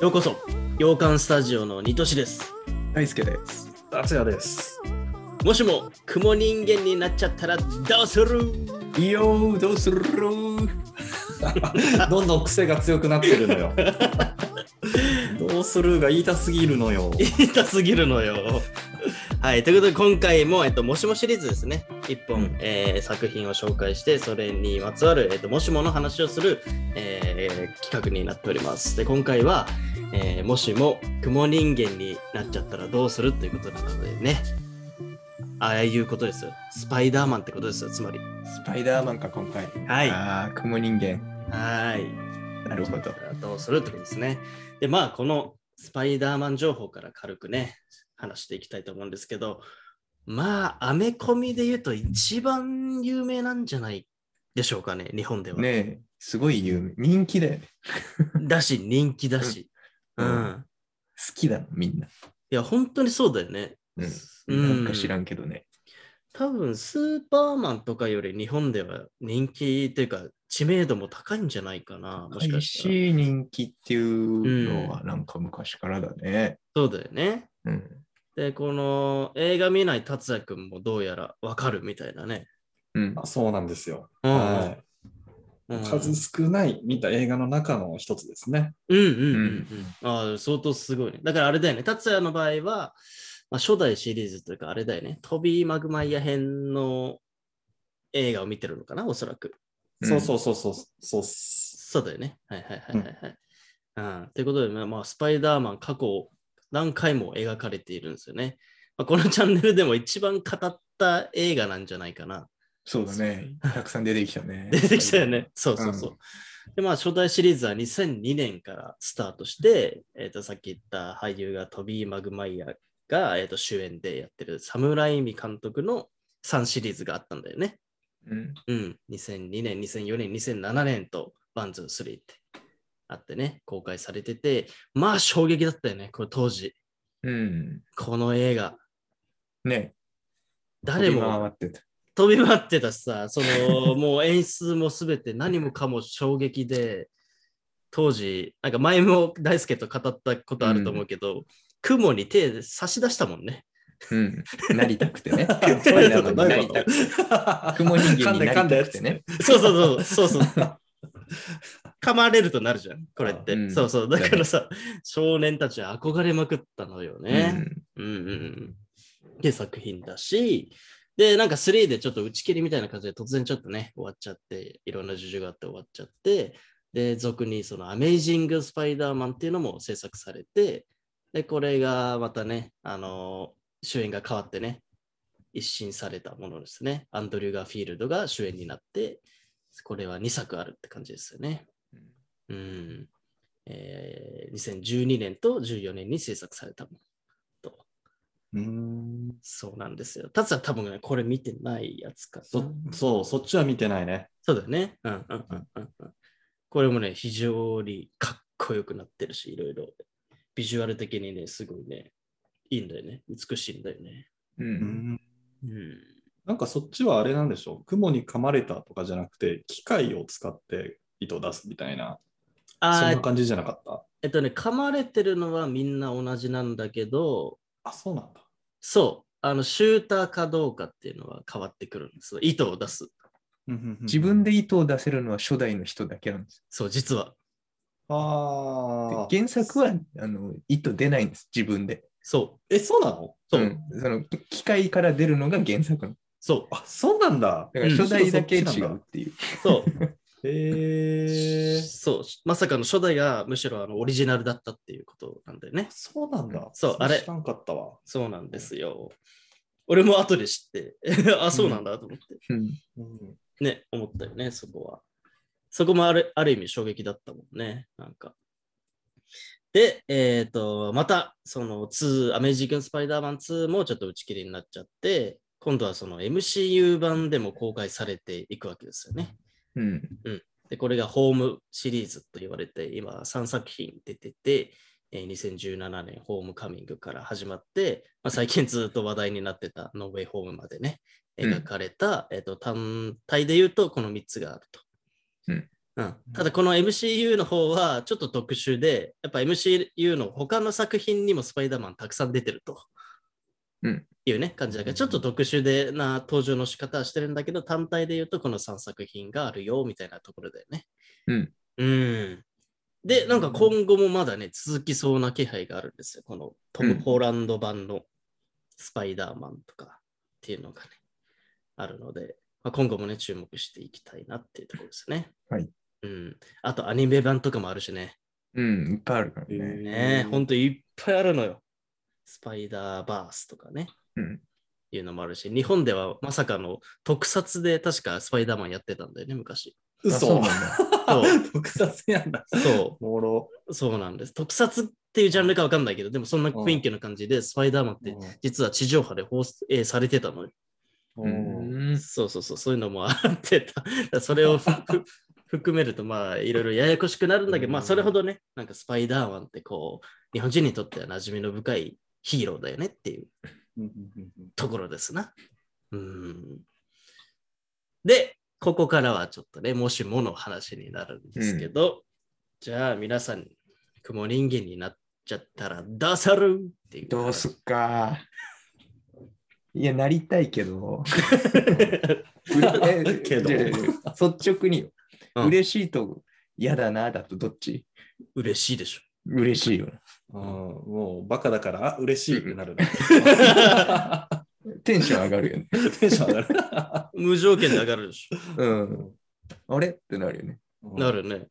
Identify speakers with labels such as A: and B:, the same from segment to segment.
A: ようこそ洋館スタジオのニトシです
B: 大輔です。達也です。
A: もしも雲人間になっちゃったらどうする
B: いいよー、どうする どんどん癖が強くなってるのよ。 どうするが言いたすぎるのよ。
A: 痛すぎるのよ はいということで今回も、えっと、もしもシリーズですね1本、
B: うん
A: えー作品を紹介してそれにまつわる、えっと、もしもの話をする、えー企画になっておりますで今回は、えーもしも雲人間になっちゃったらどうするということなのでねああいうことですよスパイダーマンってことですよつまり
B: スパイダーマンか、今回。
A: はいは
B: ああ、雲人間。
A: ーい
B: なるほど。
A: どうするってことですね。で、まあ、このスパイダーマン情報から軽くね、話していきたいと思うんですけど、まあ、アメコミで言うと一番有名なんじゃないでしょうかね、日本では。
B: ねえ、すごい有名。人気だよね。
A: だし、人気だし。う。
B: うんん好きだの、みんな。
A: いや、本当にそうだよね。
B: うん。なんか知らんけどね。
A: 多分、スーパーマンとかより日本では人気というか、知名度も高いんじゃないかな、もしか
B: 美
A: したら。
B: しい人気っていうのは、なんか昔からだね。
A: そうだよね。
B: うん。
A: で、この映画見ない達也くんもどうやらわかるみたいなね。
B: うん。。
C: あそうなんですよ。
A: うん
C: はい、
A: うん
C: 数少ない見た映画の中の一つですね。
A: うんうんうんうん。ああ、相当すごいね。だからあれだよね、達也の場合は、まあ、初代シリーズというかあれだよね、トビー・マグマイア編の映画を見てるのかな、おそらく。
C: そうそううそうそうそうっす。
A: そうだよね。はいはいはいはいはい。うん、ということで、まあまあ、スパイダーマン過去何回も描かれているんですよね。まあ、このチャンネルでも一番語った映画なんじゃないかな。
B: そうだね。たくさん出てきた ね。
A: 出てきたよね。そうそうそう。で、まあ、初代シリーズは2002年からスタートして、えっ、と、さっき言った俳優がトビー・マグマイアが、えー、と主演でやってるサムライミ監督の3シリーズがあったんだよね。
B: うん。
A: うん。2002年、2004年、2007年とバンズ3ってあってね、公開されてて、まあ、衝撃だったよね、これ当時。
B: うん。
A: この映画。
B: ね
A: 誰
B: 飛び回
A: も
B: ってた。
A: 飛び回ってたしさ、そのもう演出もすべて何もかも衝撃で、当時、なんか前も大輔と語ったことあると思うけど、雲に手差し出したもん ね。
B: うん。なりたく てね。
A: そう
B: トイレなのに
A: どう
B: な
A: いう
B: り
A: こ
B: た
A: と
B: くて。雲人間になりたくて。
C: 噛んだ噛んだや
B: ね。
A: そうそうそう、そう そう。噛まれるとなるじゃん、これって。
B: うん
A: そうそう、だからさ、少年たちは憧れまくったのよね。うんうんうん。って作品だし、で、なんか3でちょっと打ち切りみたいな感じで突然ちょっとね、終わっちゃって、いろんな事情があって終わっちゃって、で、俗にそのアメイジング・スパイダーマンっていうのも制作されて、で、これがまたね、あの主演が変わってね、一新されたものですね。アンドリュー・ガーフィールドが主演になって、これは2作あるって感じですよね。うん。えー2012年と14年に制作されたもの。
C: うーん
A: そうなんですよ。達は多分ね、これ見てないやつかな。
C: そそう、そっちは見てないね。
A: そうだよね。うんうんうんうんうん。これもね、非常にかっこよくなってるし、いろいろ。ビジュアル的にね、すごいね、いいんだよね。美しいんだよね。
B: う。
C: うんん
A: うん。
C: なんかそっちはあれなんでしょう。雲に噛まれたとかじゃなくて、機械を使って糸を出すみたいな、そん
A: あ
C: な
A: ー
C: 感じじゃなかった。
A: えっとね、噛まれてるのはみんな同じなんだけど、
C: あ、そうなんだ。
A: そう、あの、シューターかどうかっていうのは変わってくるんですよ。糸を出す。
C: うんうんうん
B: 自分で糸を出せるのは初代の人だけなんです。
A: そう、実は。
B: で
C: ああ。
B: 原作はあの糸出ないんです、自分で。
A: そう、
C: え、そうなの
A: そう、
B: んその機械から出るのが原作なの。
A: そう、
C: あ、そうなんだ。
B: だから初代だけ違うっていう。
A: そう。
C: へえ。
A: そう、まさかの初代がむしろあのオリジナルだったっていうことなんだよね。
C: そうなんだ。
A: そうあれ
C: 知らんかったわ。
A: そうなんですよ。俺も後で知って、 あ、そうなんだと思って、
B: うん
C: うん
A: ね、思ったよね、そこは。そこもあるある意味衝撃だったもんね、なんか。で、えっ、と、また、その2、アメージング・スパイダーマン2もちょっと打ち切りになっちゃって、今度はその MCU 版でも公開されていくわけですよね。
B: うん
A: で、これがホームシリーズと言われて、今3作品出てて、えー2017年ホームカミングから始まって、まあ、最近ずっと話題になってたノーウェイホームまでね、
B: うん
A: 描かれた、えっと単体で言うとこの3つがあると。
B: うん
A: うん、ただこの MCU の方はちょっと特殊で、やっぱ MCU の他の作品にもスパイダーマンたくさん出てると。
B: うん
A: いうね、感じだから、ちょっと特殊でな登場の仕方はしてるんだけど、単体で言うとこの3作品があるよみたいなところだよね。
B: うん。
A: うん。で、なんか今後もまだね、続きそうな気配があるんですよ。このトム・ホーランド版のスパイダーマンとかっていうのがね、あるので、まあ、今後もね、注目していきたいなっていうところですね。
B: はい。
A: うん。あとアニメ版とかもあるしね。
B: うん、いっぱいあるからね。
A: ねえ、ほんといっぱいあるのよ。スパイダーバースとかね、
B: うん。
A: いうのもあるし、日本ではまさかの特撮で確かスパイダーマンやってたんだよね、 昔。
B: あそう
C: 嘘
B: なんだ。
A: そう、
C: 特撮やんだ。
A: そ
C: おもろ。
A: う、そうなんです。特撮っていうジャンルかわかんないけど、でもそんな雰囲気の感じで、スパイダーマンって実は地上波で放映されてたのよ。
C: う
B: うんん。
A: そうそうそう、そういうのもあってた。だ からそれをふふ含めると、まあ、いろいろややこしくなるんだけど、まあ、それほどね、なんかスパイダーマンってこう、日本人にとっては馴染みの深いヒーローだよねっていう
C: うんうん
A: ところですな。うん。で、ここからはちょっとね、もしもの話になるんですけど、じゃあ皆さん、雲人間になっちゃったらどうするっていう。
B: どうすっか。いや、なりたいけ ど。えじゃあじゃあじ
C: けど
B: ゃあ率直によ、
A: うん
B: 嬉しいと嫌だなだとどっち
A: 嬉しいでしょ。
B: 嬉しいよな。
C: うんもうバカだから、あ嬉しいってなるね。
B: テンション上がるよね。
C: テンション上がる。
A: 無条件で上がるでし
B: うん。あれってなるよね。
A: ょ。なるね。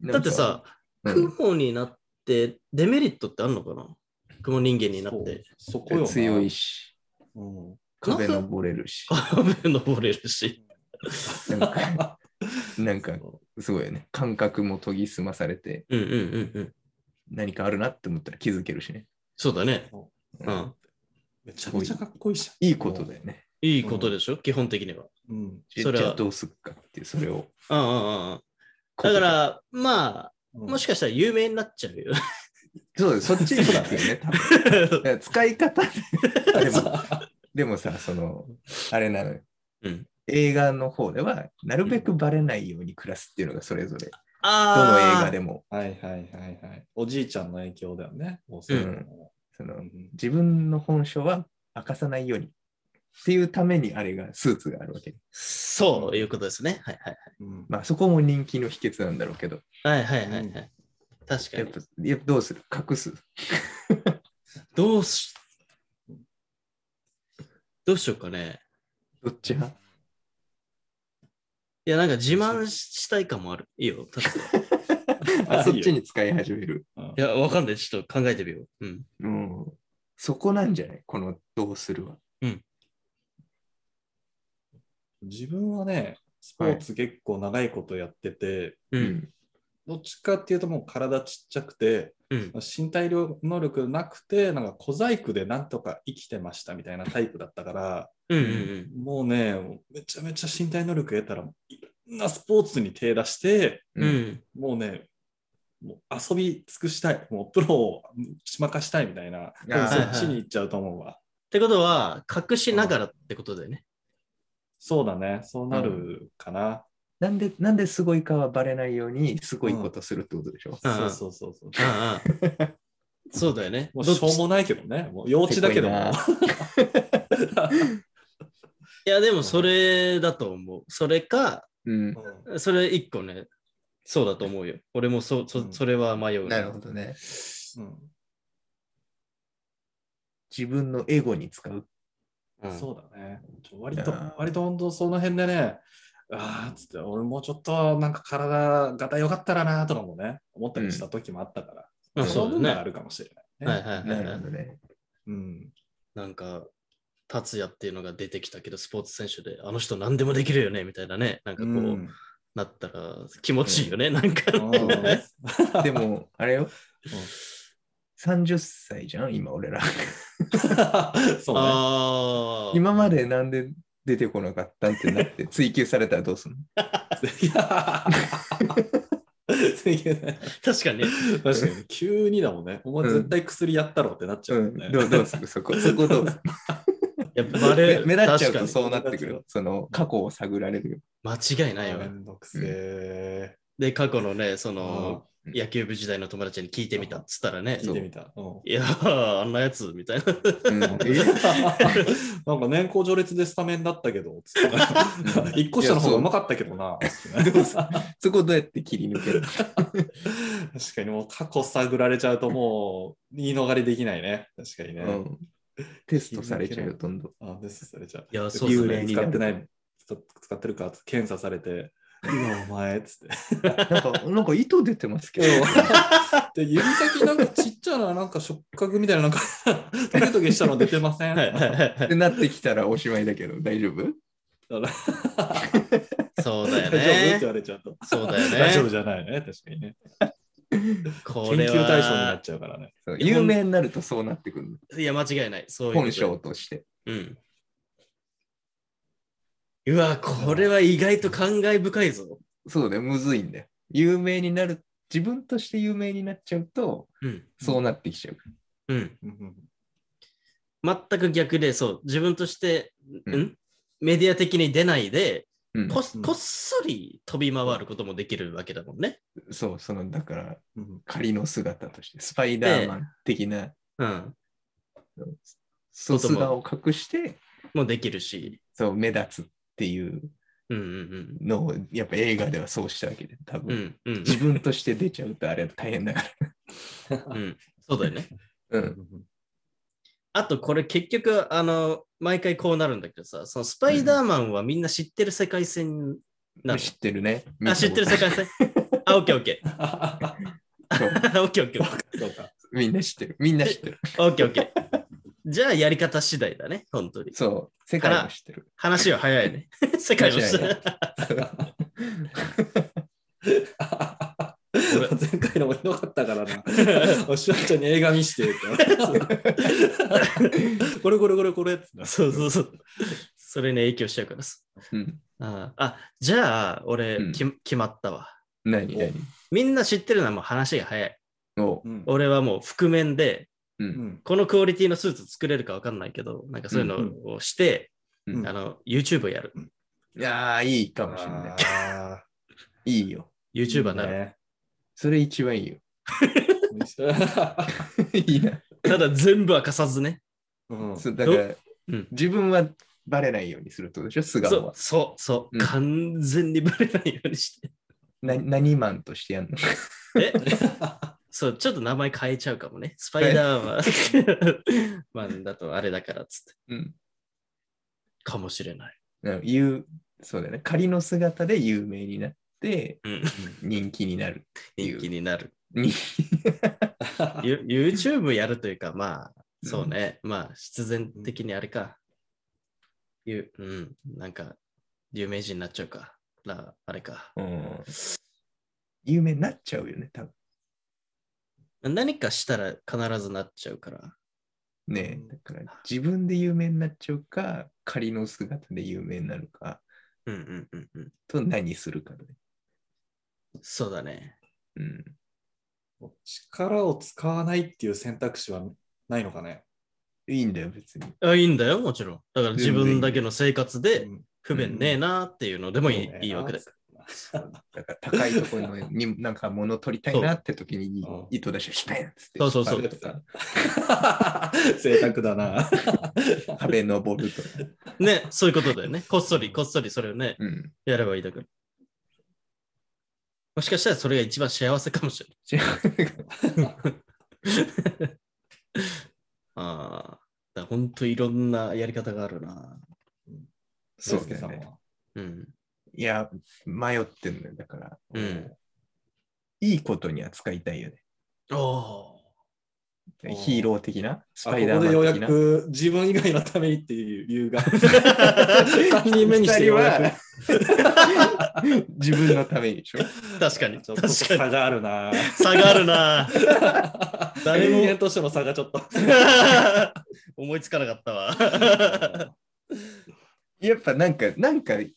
B: なん
A: だ
B: か
A: ってさ、
B: うん
A: 雲になってデメリットってあるのかな雲人間になって。
C: そう。そこよな。
B: 強いし、
C: うん。
B: 壁登れるし、
A: 壁登れるし。
B: なんか、なんか
C: そ
B: すごいよね。感覚も研ぎ澄まされて、
A: うんうんうんうん。
B: 何かあるなって思ったら気づけるしね。
A: そうだね。う
B: うんん。
C: めちゃくちゃかっこいいじ
B: いいことだよね。
A: いいことでしょ、基本的には。
C: ゃん。うん。
B: じ
A: そ
B: ゃ
A: れは
B: じゃあどうすっかっていう、それを。
A: うんうんうんうん。だか、ら、まあ、も
C: も
A: しかしたら有名になっちゃうよ。
B: そうだよそっちに行くよね、多分。だから使い方ででも、でもさ、その、あれなのよ。
A: うん
B: 映画の方では、なるべくバレないように暮らすっていうのがそれぞれ、どの映画で
A: も。
B: も、
C: はいはいはいはい。おじいちゃんの影響だよね。もうそれも
B: そうの
C: ん
B: 自分の本性は明かさないようにっていうためにあれが、スーツがあるわけ。
A: そういうことですね。はいはい
C: うん
B: まあそこも人気の秘訣なんだろうけど、
A: はい。はいはいはい、はい確か
B: やっ
A: に。
B: ぱやっぱどうする隠す。
A: どうし、どうしようかね。
B: どっち派
A: いや、なんか自慢したい感もある。いいよ。確かにい
B: あそっちに使い始める。
C: うん
A: や、わかんない。ちょっと考えてみよう。うん。
B: うん。そこなんじゃないこのどうするは。
C: 自分はね、スポーツ結構長いことやってて、
A: う。。
B: うん
C: どっちかっていうともう体ちっちゃくて、
A: うん。
C: 身体能力なくて、なんか小細工でなんとか生きてましたみたいなタイプだったから、
A: うん。うん。
C: もうね、めちゃめちゃ身体能力得たら、いろんなスポーツに手出して、
A: うん。うん。
C: もうね、もう遊び尽くしたい、もうプロをしまかしたいみたいな、
B: あ
C: そ
B: ー
C: っちに行っちゃうと思うわ。
A: ってことは、隠しながらってことだよね。
C: そうだね、そうなるかな。
B: なんで、なんですごいかはバレないように、すごいことするってことでしょ、
A: うん
C: そうそうそうそう。
A: ああ。そうだよね。
C: もうしょうもないけどね、もう幼稚だけども。
A: いや、でもそれだと思う。それか、
B: うん。
A: それ一個ね、そうだと思うよ。俺もそそそれは迷う、
B: なるほどね。
C: うん
B: 自分のエゴに使う。
A: うん
C: そうだね。ちょ割と
B: いや、ー
C: 割と本当その辺でね、ああ、つって、俺もうちょっとなんか体がた良かったらなとかもね、思ったりした時もあったから、
A: まあ
C: そ
A: そうう
C: いう部分
A: だ
C: があ
A: ね。
C: るかもしれな、
A: はいい
C: ね。
A: はい
B: な
A: はい
B: る
A: は
B: ほ
A: い。
B: どね。
C: うん。
A: なんか、達也っていうのが出てきたけど、スポーツ選手で、あの人何でもできるよね、みたいなね。なんかこう、
C: うん
A: なったら気持ちいいよね、なんかね、
B: で も、あれよ。30歳じゃん今、俺ら。
C: そうね。
A: ああ。
B: 今までなんで出てこなかったんってな って、追求されたらどうするの
C: いやーすげえね
A: 確かに。
C: 確かに、急にだもんね。お前絶対薬やったろってなっちゃうもんね。
B: うん、どうどうするそこ、 そこどうする
A: やっ ぱバレ
B: め目立っちゃ
A: 確
B: う
A: か
B: と
A: に
B: そうなってくる。その過去を探られるよ。
A: 間違いないよ
C: め
A: ね。
C: んどくせえ。
A: で、過去のね、その、
B: うん
A: 野球部時代の友達に聞いてみたっつったらね、
C: 聞いてみた。うん
A: いやー、あんなやつみ たいな。
B: うんえ
C: なんか年功序列でスタメンだったけど、つっ て一個下の方がうまかったけどな。つって
B: でもさそこどうやって切り抜ける
C: 確かにもう過去探られちゃうともう言い逃れできないね。確かにね。
B: うんテストされちゃうよ、どんどん。
C: あ、デスされちゃう。
A: いや、そうです
C: 幽
A: ね
C: 霊。
B: に
C: 使ってない、使使ってるか、検査されて、今お前っつって。
B: なんか、なんか糸出てますけど。
C: で、指先なんかちっちゃな、なんか触覚みたいな、なんか、 トゲトゲしたの出てません
A: はいはいはい
B: ってなってきたらおしまいだけど、大丈夫
A: そうだ
C: 大丈
A: よ
C: 夫って
A: ね
C: 言。われちゃうと。
A: そうだよね。
C: 大丈夫じゃないね、確かにね。
A: こ
C: 研
A: れ
C: 究
A: は
C: 対象になっちゃうからね。
B: そう有名になるとそうなってくる
A: いや、間違いない。そういうこと
B: 本性として。
A: うん。うわ、これは意外と感慨深いぞ。
B: そうだよ、むずいんだよ。有名になる、自分として有名になっちゃうと、
A: うん。
B: そうなってきちゃう。
A: うん。
C: うんうん
A: 全く逆で、そう、自分として、
B: うん
A: んメディア的に出ないで、
B: うん
A: こっ
C: うん
A: こっそり飛び回ることもできるわけだもんね。
B: そう、その、だから、
C: うん
B: 仮の姿として、スパイダーマン的な、
A: うん。
B: そう素顔を隠して、
A: もうできるし。
B: そう、目立つっていう
A: うんうん
B: のを、やっぱ映画ではそうしたわけで、多
A: うん。う
B: 分、
A: ん うん
B: 自分として出ちゃうとあれは大変だか
A: うん。そうだよね。
B: ら。う。
C: うんん
A: あとこれ結局、あの、毎回こうなるんだけどさ、そのスパイダーマンはみんな知ってる世界線なの。
B: 知ってるね。
A: あ、知ってる世界線。あ、オッケーオッケ
B: そう
A: ー。オ ッケーオッケー。
C: そうか。
B: みんな知ってる。みんな知ってる。
A: オッケーオッケー。じゃあやり方次第だね、本当に。
B: そう。世界も知ってる。
A: 話は早いね。世界も知らない
B: 確
C: 俺前回のもひどかったからな。おしわちゃんに映画見してって。これこれこれこれって な。
A: そうそうそう。それに影響しちゃうからさ。
B: うん。
A: ああ、じゃあ俺、
B: うん
A: き決まったわ。
B: 何何
A: みんな知ってるのはもう話が早い。
B: お
C: うん
A: 俺はもう覆面で、
B: う
C: うん
A: このクオリティのスーツ作れるか分かんないけど、なんかそういうのをして、
B: うんうん
A: あの YouTube をやる。
B: いやー、いいかもしれな
C: あー
B: い。いいよ。
A: YouTuber になる。
C: ね
B: それ一番いいよ。
C: う
B: いいな。
A: ただ全部は貸さずね。
C: ん
B: そうだから、
A: うん
B: 自分はバレないようにするってことでしょ、
A: そ
B: 素顔
A: う
B: は。
A: そうそう、
B: うん
A: 完全にバレないようにして。
B: な何マンとしてやんの
A: えそう、ちょっと名前変えちゃうかもね。スパイダーマ ンマンだとあれだからっつって。
B: うん。
A: かもしれない。
B: うん有そうだよね。仮の姿で有名になって、
A: うん、
B: 人気になる。
A: 人気になる。
B: 人
A: You- YouTube やるというか、まあ、そうね。まあ、必然的にあれか。ゆうん、なんか、有名人になっちゃうか。らあれか。
B: うん。有名になっちゃうよね、多分。
A: 何かしたら必ずなっちゃうから。
B: ね
C: うん
B: え、だから自分で有名になっちゃうか、仮の姿で有名になるか、
A: うんうんうんうん。
B: と何するかだね。
A: そうだね。
B: うん。
C: 力を使わないっていう選択肢はないのかね。
B: いいんだよ、別に。
A: あいいんだよ、もちろん。だから自分だけの生活で
C: うん
A: 不便ねえなっていうのでもいい,、
C: そうね
A: いいわけで。
B: だから高いところ になんか物取りたいなって時に
C: そう
B: 糸出しをしたいんつって。
A: そうそうそう
B: 引っ張るとか
C: 贅沢だな。
B: 壁 登るとか。
A: ね、そういうことだよね。こっそりこっそりそれをね、
B: うん。
A: やればいいだから。もしかしたらそれが一番幸せかもしれない。
B: じゃあ
A: ああ、だ本当いろんなやり方があるな。
B: そう
C: 大輔
B: だ
C: さ
B: よ
C: ん
B: ね。
C: は。
A: うん。
B: いや、迷ってんのよ。だから、
A: うん
B: いいことには使いたいよね。
A: おお。
C: お
B: ヒーロー的な、ス
C: あ
B: パイ
C: ここ
B: ダーマ
C: でよう
B: ン
C: や
B: 的な。
C: く自分以外のためにっていう理 由が。3人目にしてようや
B: 二人は 自分のためにでしょ。
A: 確かに。
C: くちょ
A: 確
C: っと
A: かに。
C: 差があるな。
A: 差があるな。 誰
C: 誰
A: も
C: も人間としての差がちょっと。
A: 思いつかなかったわ。
B: やっぱなんか、なんか、い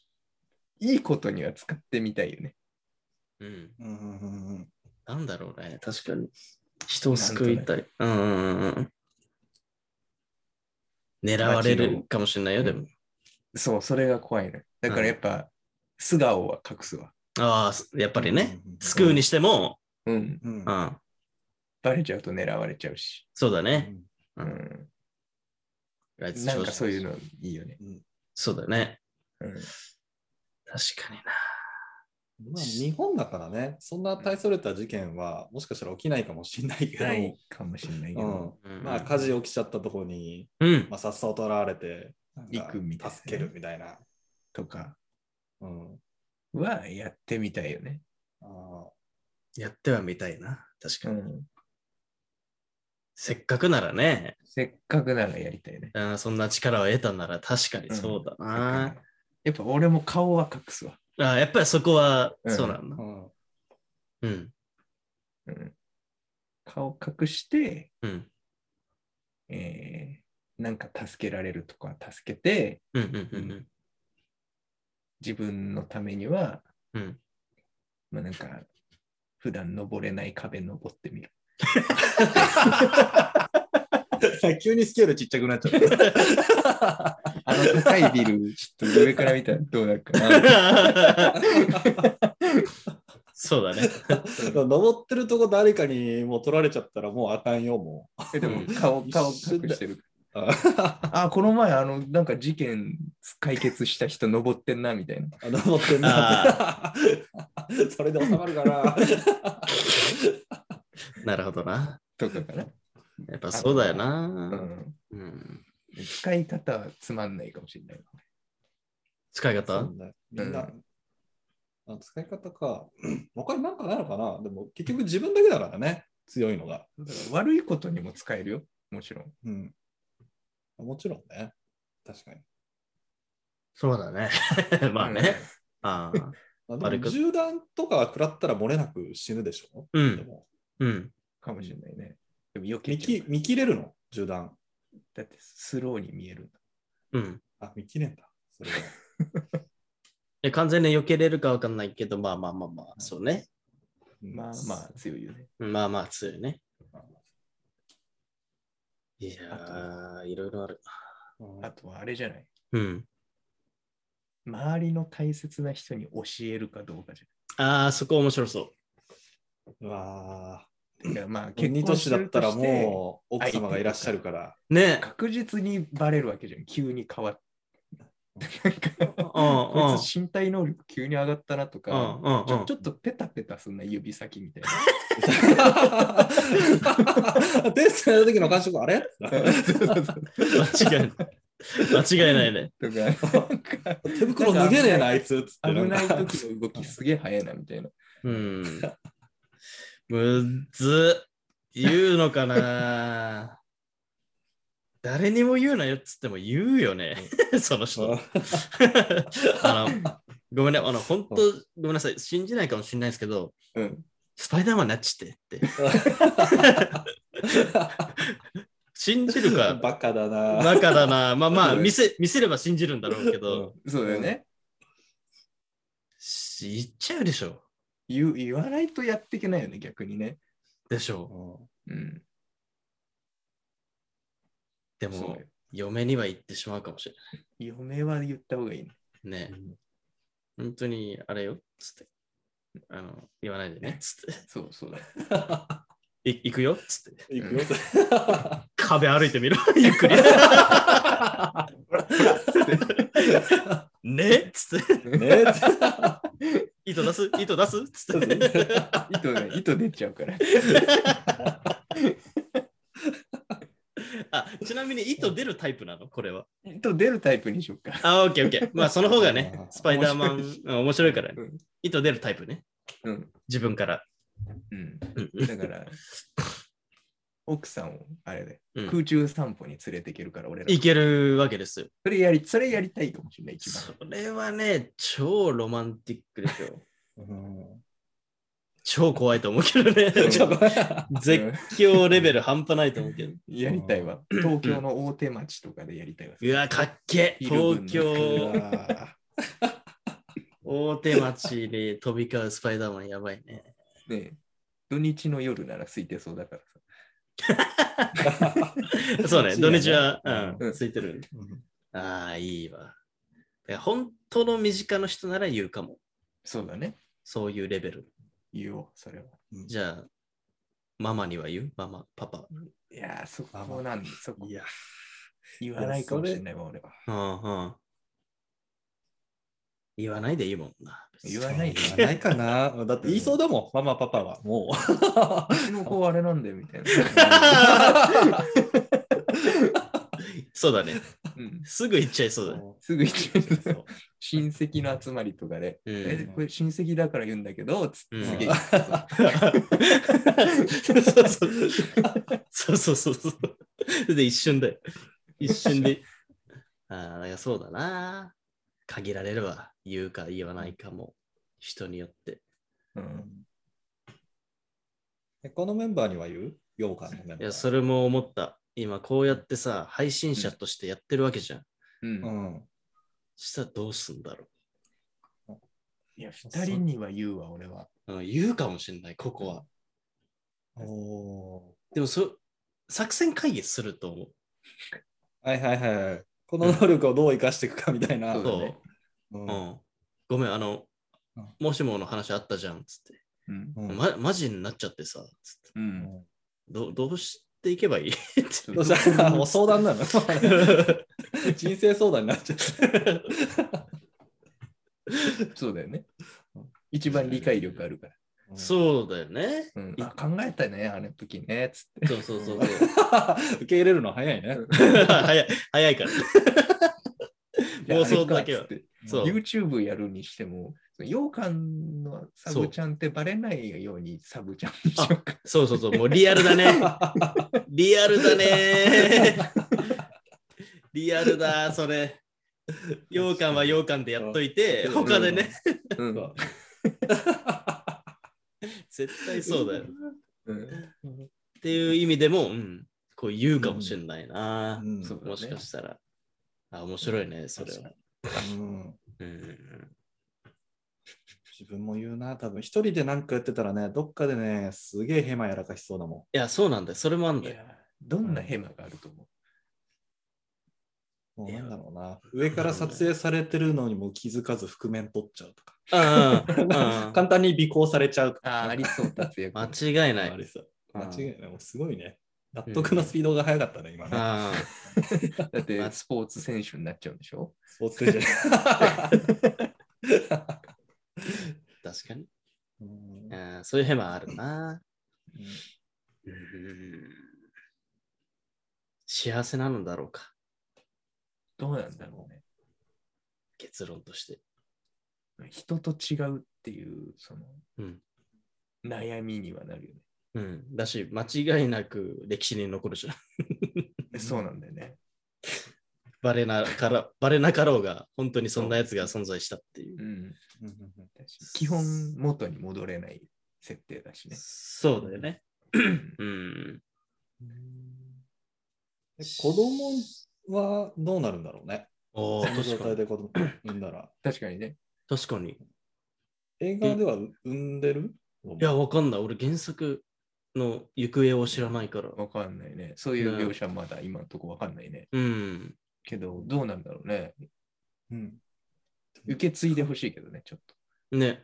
B: いことには使ってみたいよね。
A: うん。
C: うんうんうんうん
A: なんだろうね。確かに。人を救いたい。うんうんうんうん。狙われるかもしれないよ、でも。
B: そう、それが怖いのよ。だからやっぱ、素顔は隠すわ。
A: ああ、やっぱりね。
C: うん。
A: 救うにしても、
B: うん。
C: うん。
A: うん、
B: バレちゃうと狙われちゃうし。
A: そうだ
C: う
A: ね。
C: ん
B: うん。
A: Rights
B: なんかそういう
A: choices
B: のいいよね。
A: そうだね。
B: うん。
A: 確かに
C: まあ、日本だからね、そんな大それた事件は、もしかしたら起きなないかもしれないけど、
B: ないかもしれないけど。
A: な。
C: う、
A: うんん
C: まあ、火事起きちゃったところに、
A: うん。
C: まあ、さっさとらわれて、なんか
B: 行くみたいなね
C: 助けるみたいな。
B: とか
C: うん。
B: はやってみたいよね。
C: あー
A: やってはみたいな。確か
B: う
A: に。
B: ん。
A: せっかくならね、
B: せっかくならやりたいね。
A: うんそんな力を得たなら確かにそうだな。
B: やっぱ俺も顔は隠すわ。
A: ああやっぱりそこは、
B: うん
A: そうなんだ
C: う。ん。
A: うん。
B: うん、顔隠して、
A: うん。
B: えーなんか助けられるとか助けて、
A: うん。うん。うん
B: 自分のためには、
A: うん
B: まあなんか、普段登れない壁登ってみる。
C: 急にスケールちっちゃくなっちゃった。
B: あの高いビル、ちょっと上から見たらどうなるかな。
A: そうだね。
C: 登ってるとこ誰かにもう取られちゃったらもうあかんよ、も
B: えでも顔、顔隠してる。
C: う。
B: あ、この前、あの、なんか事件解決した人登ってんな、みたいな。
C: あ登ってんな。 それで収まるかな。
A: なるほどな。
B: とかかな。
A: やっぱそうだよ
B: う
A: な。
B: ん。
A: うん。
B: 使い方はつまんないかもしれない。
A: 使い
C: そ
A: 方
C: うねみんな、あ使い方か。 他になんかないのかなでも結局自分だけだからね、強いのが。
B: だから悪いことにも使えるよ、もちろん。
C: うん。もちろんね。確かに。
A: そうだね。 まあね。ああ。
C: まあ、
A: あ
C: で
A: れ
C: も
A: か
C: 銃弾とか食らったら漏れなく死ぬでしょ、
A: う
C: で
A: ん。
C: も
A: うん。
B: かもしれないね。でも余計
C: 見
B: ちょ
C: き
B: っと
C: 見切れるの銃弾。
B: だってスローに見えるんだ。
A: うん。
C: あ、見切れんだ。それは。
A: え完全に避けれるかわかんないけど、まあまあまあまあ、そうね。
C: うん
B: まあまあ強いよね。
A: まあまあ、強いね。
C: まあま
A: いやー、いろいろある。
C: うん
B: あとはあれじゃない。
A: うん。
B: 周りの大切な人に教えるかどうかじ
A: ああ、そこ面白そう。
C: うわ
B: ゃない。てかまあ
C: ー、
B: 結
C: 二
B: 婚
C: 年
B: し
C: だ
B: て
C: っ
B: る
C: た
B: と
C: ら
B: して
C: もう奥様がいらっしゃるから。
A: ね。
B: 確実にバレるわけじゃん。急に変わっ なん
A: う
B: か
A: んうん
B: こいつ身体能力急に上がったなと
A: うん
B: か、
A: うん
B: ち
A: う
B: ょ
A: ん
B: ちょっとペタペタすんな指先みたい な。
C: テストやる時の感触あれ
A: 間違いない。間違いないね。
B: とか、なんか
C: 手袋脱げねえな、あいつっつって。
B: 危ない
C: んか
B: 時の動きすげえ早いなみたいな。
A: うん。むずっ。言うのかな誰にも言うなよっつっても言うよね。その人。 あの、ごめんね。あの、本当ごめんなさい。信じないかもしれないですけど、
B: うん。
A: スパイダーマンなっちってって。信じるか。
C: バカだな。
A: バカだな。まあまあ、見せ、見せれば信じるんだろうけど、
B: そうだよね。
A: し言っちゃうでしょ。
B: 言う言わないとやっていけないよね、逆にね。
A: でしょう。
C: う
B: うん。
A: で
B: そう
A: も
B: よ、
A: 嫁には言ってしまうかもしれ
B: 嫁は言った方がいいね。
A: ない。ね。
C: ん
A: 本当にあれよ、つって。あの、言わないでね、つっ
B: そうそうだ。
A: て。 い行くよ、つって。
C: 行くよ。
A: 壁歩いてみ ろ、ゆっくり。ねつって。
C: ね
A: 糸出す糸出すつって。
B: 糸ね、糸出ちゃうから。
A: あ、ちなみに糸出るタイプなのこれは。
B: 糸出るタイプにしようか。
A: あ、オッケーオッケー。まあ、その方がね
C: あ、ー
A: スパイダーマン、うん面白いからね
B: うん。
A: 糸出るタイプね。
B: うん。
A: 自分から。
B: うん。
A: うん
B: だから、奥さんを、あれで、
A: うん
B: 空中散歩に連れていけるから、俺ら。
A: いけるわけですよ。
B: それやり、それやりたいかもしれない、一番。
A: それはね、超ロマンティックでしょ。 超怖いと思うけどね。
B: ん
A: ちょっと絶叫レベル半端ないと思うけど。
B: やりたいわ。東京の大手町とかでやりたい わ。
A: うわ、かっけえ
B: ビル群
A: 東
B: の
A: 京
B: あ
A: 大手町に飛び交うスパイダーマンやばいね。
B: ーねえ土日の夜なら空いてそうだからさ。
A: そう ね、土日は、
B: う
A: うんん、ついてる。ああ、いいわ。いや本当の身近な人なら言うかも。
B: そうだね。
A: そういうレベル。
B: 言おう、それは。
A: じゃあ、ママには言うママ、パパ。
B: いやー、そ
C: あま
B: こ
C: あ
B: なんで、そこ
C: いや、
B: 言わないかもしれないもん、俺は。
A: うんうん。言わないでいいもんな。
B: 言わないで
C: そう言わないかな。 だって言いそうだもん、ママ、パパは。もう。
B: うちの子あれなんで、みたいな。
A: そうだね。
B: うん
A: すぐ言っちゃいそうだね。
B: すぐ言っちゃう
C: そう
B: 親戚の集まりとかで、
A: うん、
B: えこれ親戚だから言うんだけど、つってすげえ
A: うんそうそうそうそうそう。で、一瞬だよ。一瞬で。ああ、いやそうだな。限られれば言うか言わないかも。人によって。
B: うん
C: えこのメンバーには言うようかのメンバー。
A: いや、それも思った。今、こうやってさ、配信者としてやってるわけじゃん。
B: うん
C: うん。
A: そしたらどうすんだろ
B: いや、二人には言うわ、俺は。
A: う。うん、言うかもしれない、ここは。
C: おー
A: でもそ、作戦会議すると思う。
C: はいはいはいはい。この能力をどう生かしていくかみたいな。
B: そうだね
C: う
A: うんん。ごめん、あの
C: うん、
A: もしもの話あったじゃん、つって。
B: うん。
C: うん
A: ま、マジになっちゃってさ、つって
B: うん。
A: どどうしていけばいい って
C: どうしたもう相談なの 人生相談になっちゃ
B: そうだよね。一番理解力あるから。
C: う。う。
A: そうだよね。
B: うん、あ考えたね、あの時ね、つって。
A: そうそうそう。
C: 受け入れるの早いね。
A: 早い早いから。妄想
B: いや
A: だけは
B: あれかっつって
A: そう
B: YouTube やるにしても、その羊羹のサブちゃんってバレないようにサブちゃんにしようか。
A: そうそうそう、もうリアルだ ね。リアルだね。リアルだ、それ。羊羹は羊羹でやっといて、
C: うん
A: 他でね、
B: うん
C: そう
A: 絶対そうだよ。っ
B: うん
A: ていう意味でも、うん、こう言うかもしれないな。
C: うん
B: そうだね
A: もしかしたら。あ、面白いね、それ
B: 確
A: は。
C: うん
A: うん
C: 自分も言うな、多分一人で何かやってたらね、どっかでね、すげえヘマやらかしそうだも
A: いや、そうなんだよ。それもあん
B: い
A: だよ。
B: やどんなヘマがあると思
C: ん。もうなんだろうな。上から撮影されてるのにも気づかず覆面取っちゃうとか。
A: あ
C: 簡単に尾行されちゃうと
B: う
C: か。
B: ああ、ありそう、達 也君。
A: 間違いない
C: あ。れさ
B: うん
C: 間違いない。もうすごいね。納得のスピードが速かったね、今ね。
A: ああ
B: だってスポーツ選手になっちゃうんでしょ
C: スポー ツ選手
A: 確かに。
C: うん
A: あーそういうヘマあるな。幸せなのだろうか。
B: どうなんだろうね。
A: 結論として。
B: 人と違うっていう、その、
A: うん
B: 悩みにはなるよね。
A: うん。だし、間違いなく歴史に残るじゃん。
B: えそうなんだよね。
A: バレなから、バレなかろうが、本当にそんなやつが存在したっていう。
B: うん。
C: うんうん
B: 基本、元に戻れない設定だ しね。
A: そうだよね。うん。
C: え子供はどうなるんだろうね。
A: お
C: そ
A: ー
C: の状
A: 確かに。
C: 態で子供産んだら。
B: 確かにね。
A: 確かに。い
C: 映画では産んでるい
A: や、わかんない。俺、原作の行方を知らないから。
B: わかんないね。そういう描写まだ今のとこわかんないね。
A: うん。
B: けど、どうなんだろうね。
C: うん、
B: 受け継いでほしいけどね、ちょっと。
A: ね。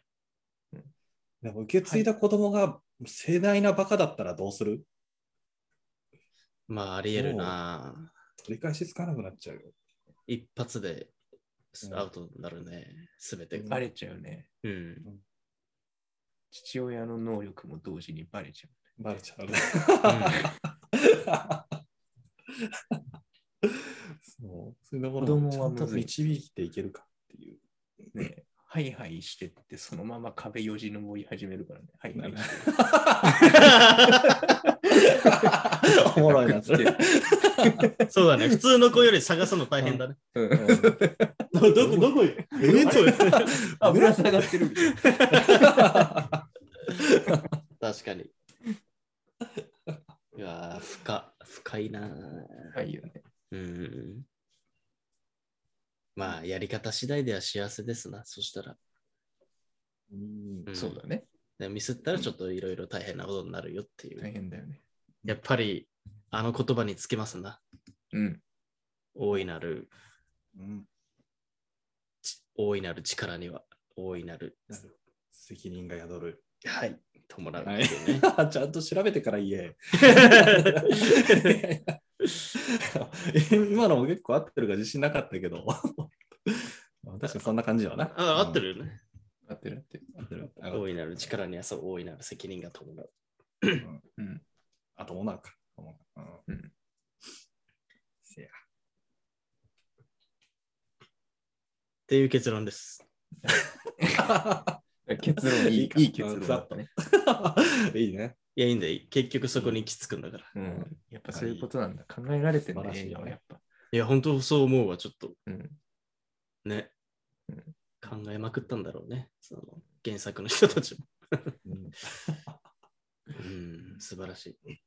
C: でも受け継いだ子供が盛大なバカだったらどうする
A: まあ、ありえるな。
C: 取り返しつかなくなっちゃうよ。
A: 一発でス
C: うん
A: アウトになるね、すべてが。
B: バレちゃうね。
A: うん。
B: 父親の能力も同時にバレちゃう。
C: バレちゃうね。そうそういうところも
B: 子
C: ち
B: 供
C: ゃ
B: は
C: んと
B: むずい
C: 導いていける かっていう。
B: ね、ハイハイしてって、そのまま壁よじ登り始めるからね。ハイハイして。
C: おもろいな、そ
B: つけ
C: れ。
B: る。
A: そうだね。普通の子より探すの大変だね。 どどこ、 どこ えっと
B: あ、ぶら下がってる。
A: 確かに。いやー、深、深いな。
B: はいよね。
A: うん。まあ、やり方次第では幸せですな。そしたら。
C: うん
A: ん
B: そうだね。
A: でミスったらちょっといろいろ大変なことになるよっていう。
B: 大変だよね。
A: やっぱり、あの言葉につけますな。
B: うん。
A: 大いなる
C: うん
A: ち大いなる力には大いなる
C: なる責任が宿る。
A: はい。伴う。
C: はい ちゃんと調べてから言え。 今のも結構合ってるか自信なかったけど。確かにそんな感じよな。
A: あ、合ってるよね。
B: 合ってる合ってる。
C: 合ってる。あ
A: 大いなる力にそう大いなる責任が伴う。
B: うん。
C: あと、オナーか。オナーうん
B: せや。
A: っていう結論です。
B: 結論いい、いい結論だったね。
C: いいね。
A: いや、いいんだよ。結局そこに行き着くんだから。
B: うん。やっぱそういうことなんだ。考えられてるね、
C: 素晴らしい
B: 映画はやっぱ。
A: いや、本当そう思うわ、ちょっと。
B: うん。
A: ね
B: うん。
A: 考えまくったんだろうね。その原作の人たちも。
C: うん
A: うん、素晴らしい。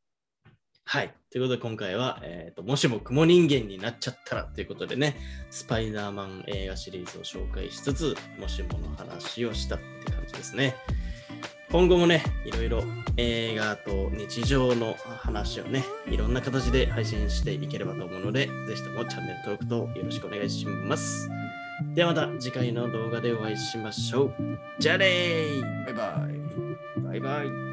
A: はい。ということで、今回は、えーと、もしも雲人間になっちゃったらということでね、スパイダーマン映画シリーズを紹介しつつ、もしもの話をしたって感じですね。今後もね、いろいろ映画と日常の話をね、いろんな形で配信していければと思うので、ぜひともチャンネル登録とよろしくお願いします。ではまた次回の動画でお会いしましょう。じゃあねー
B: バイバイ。
A: バイバイ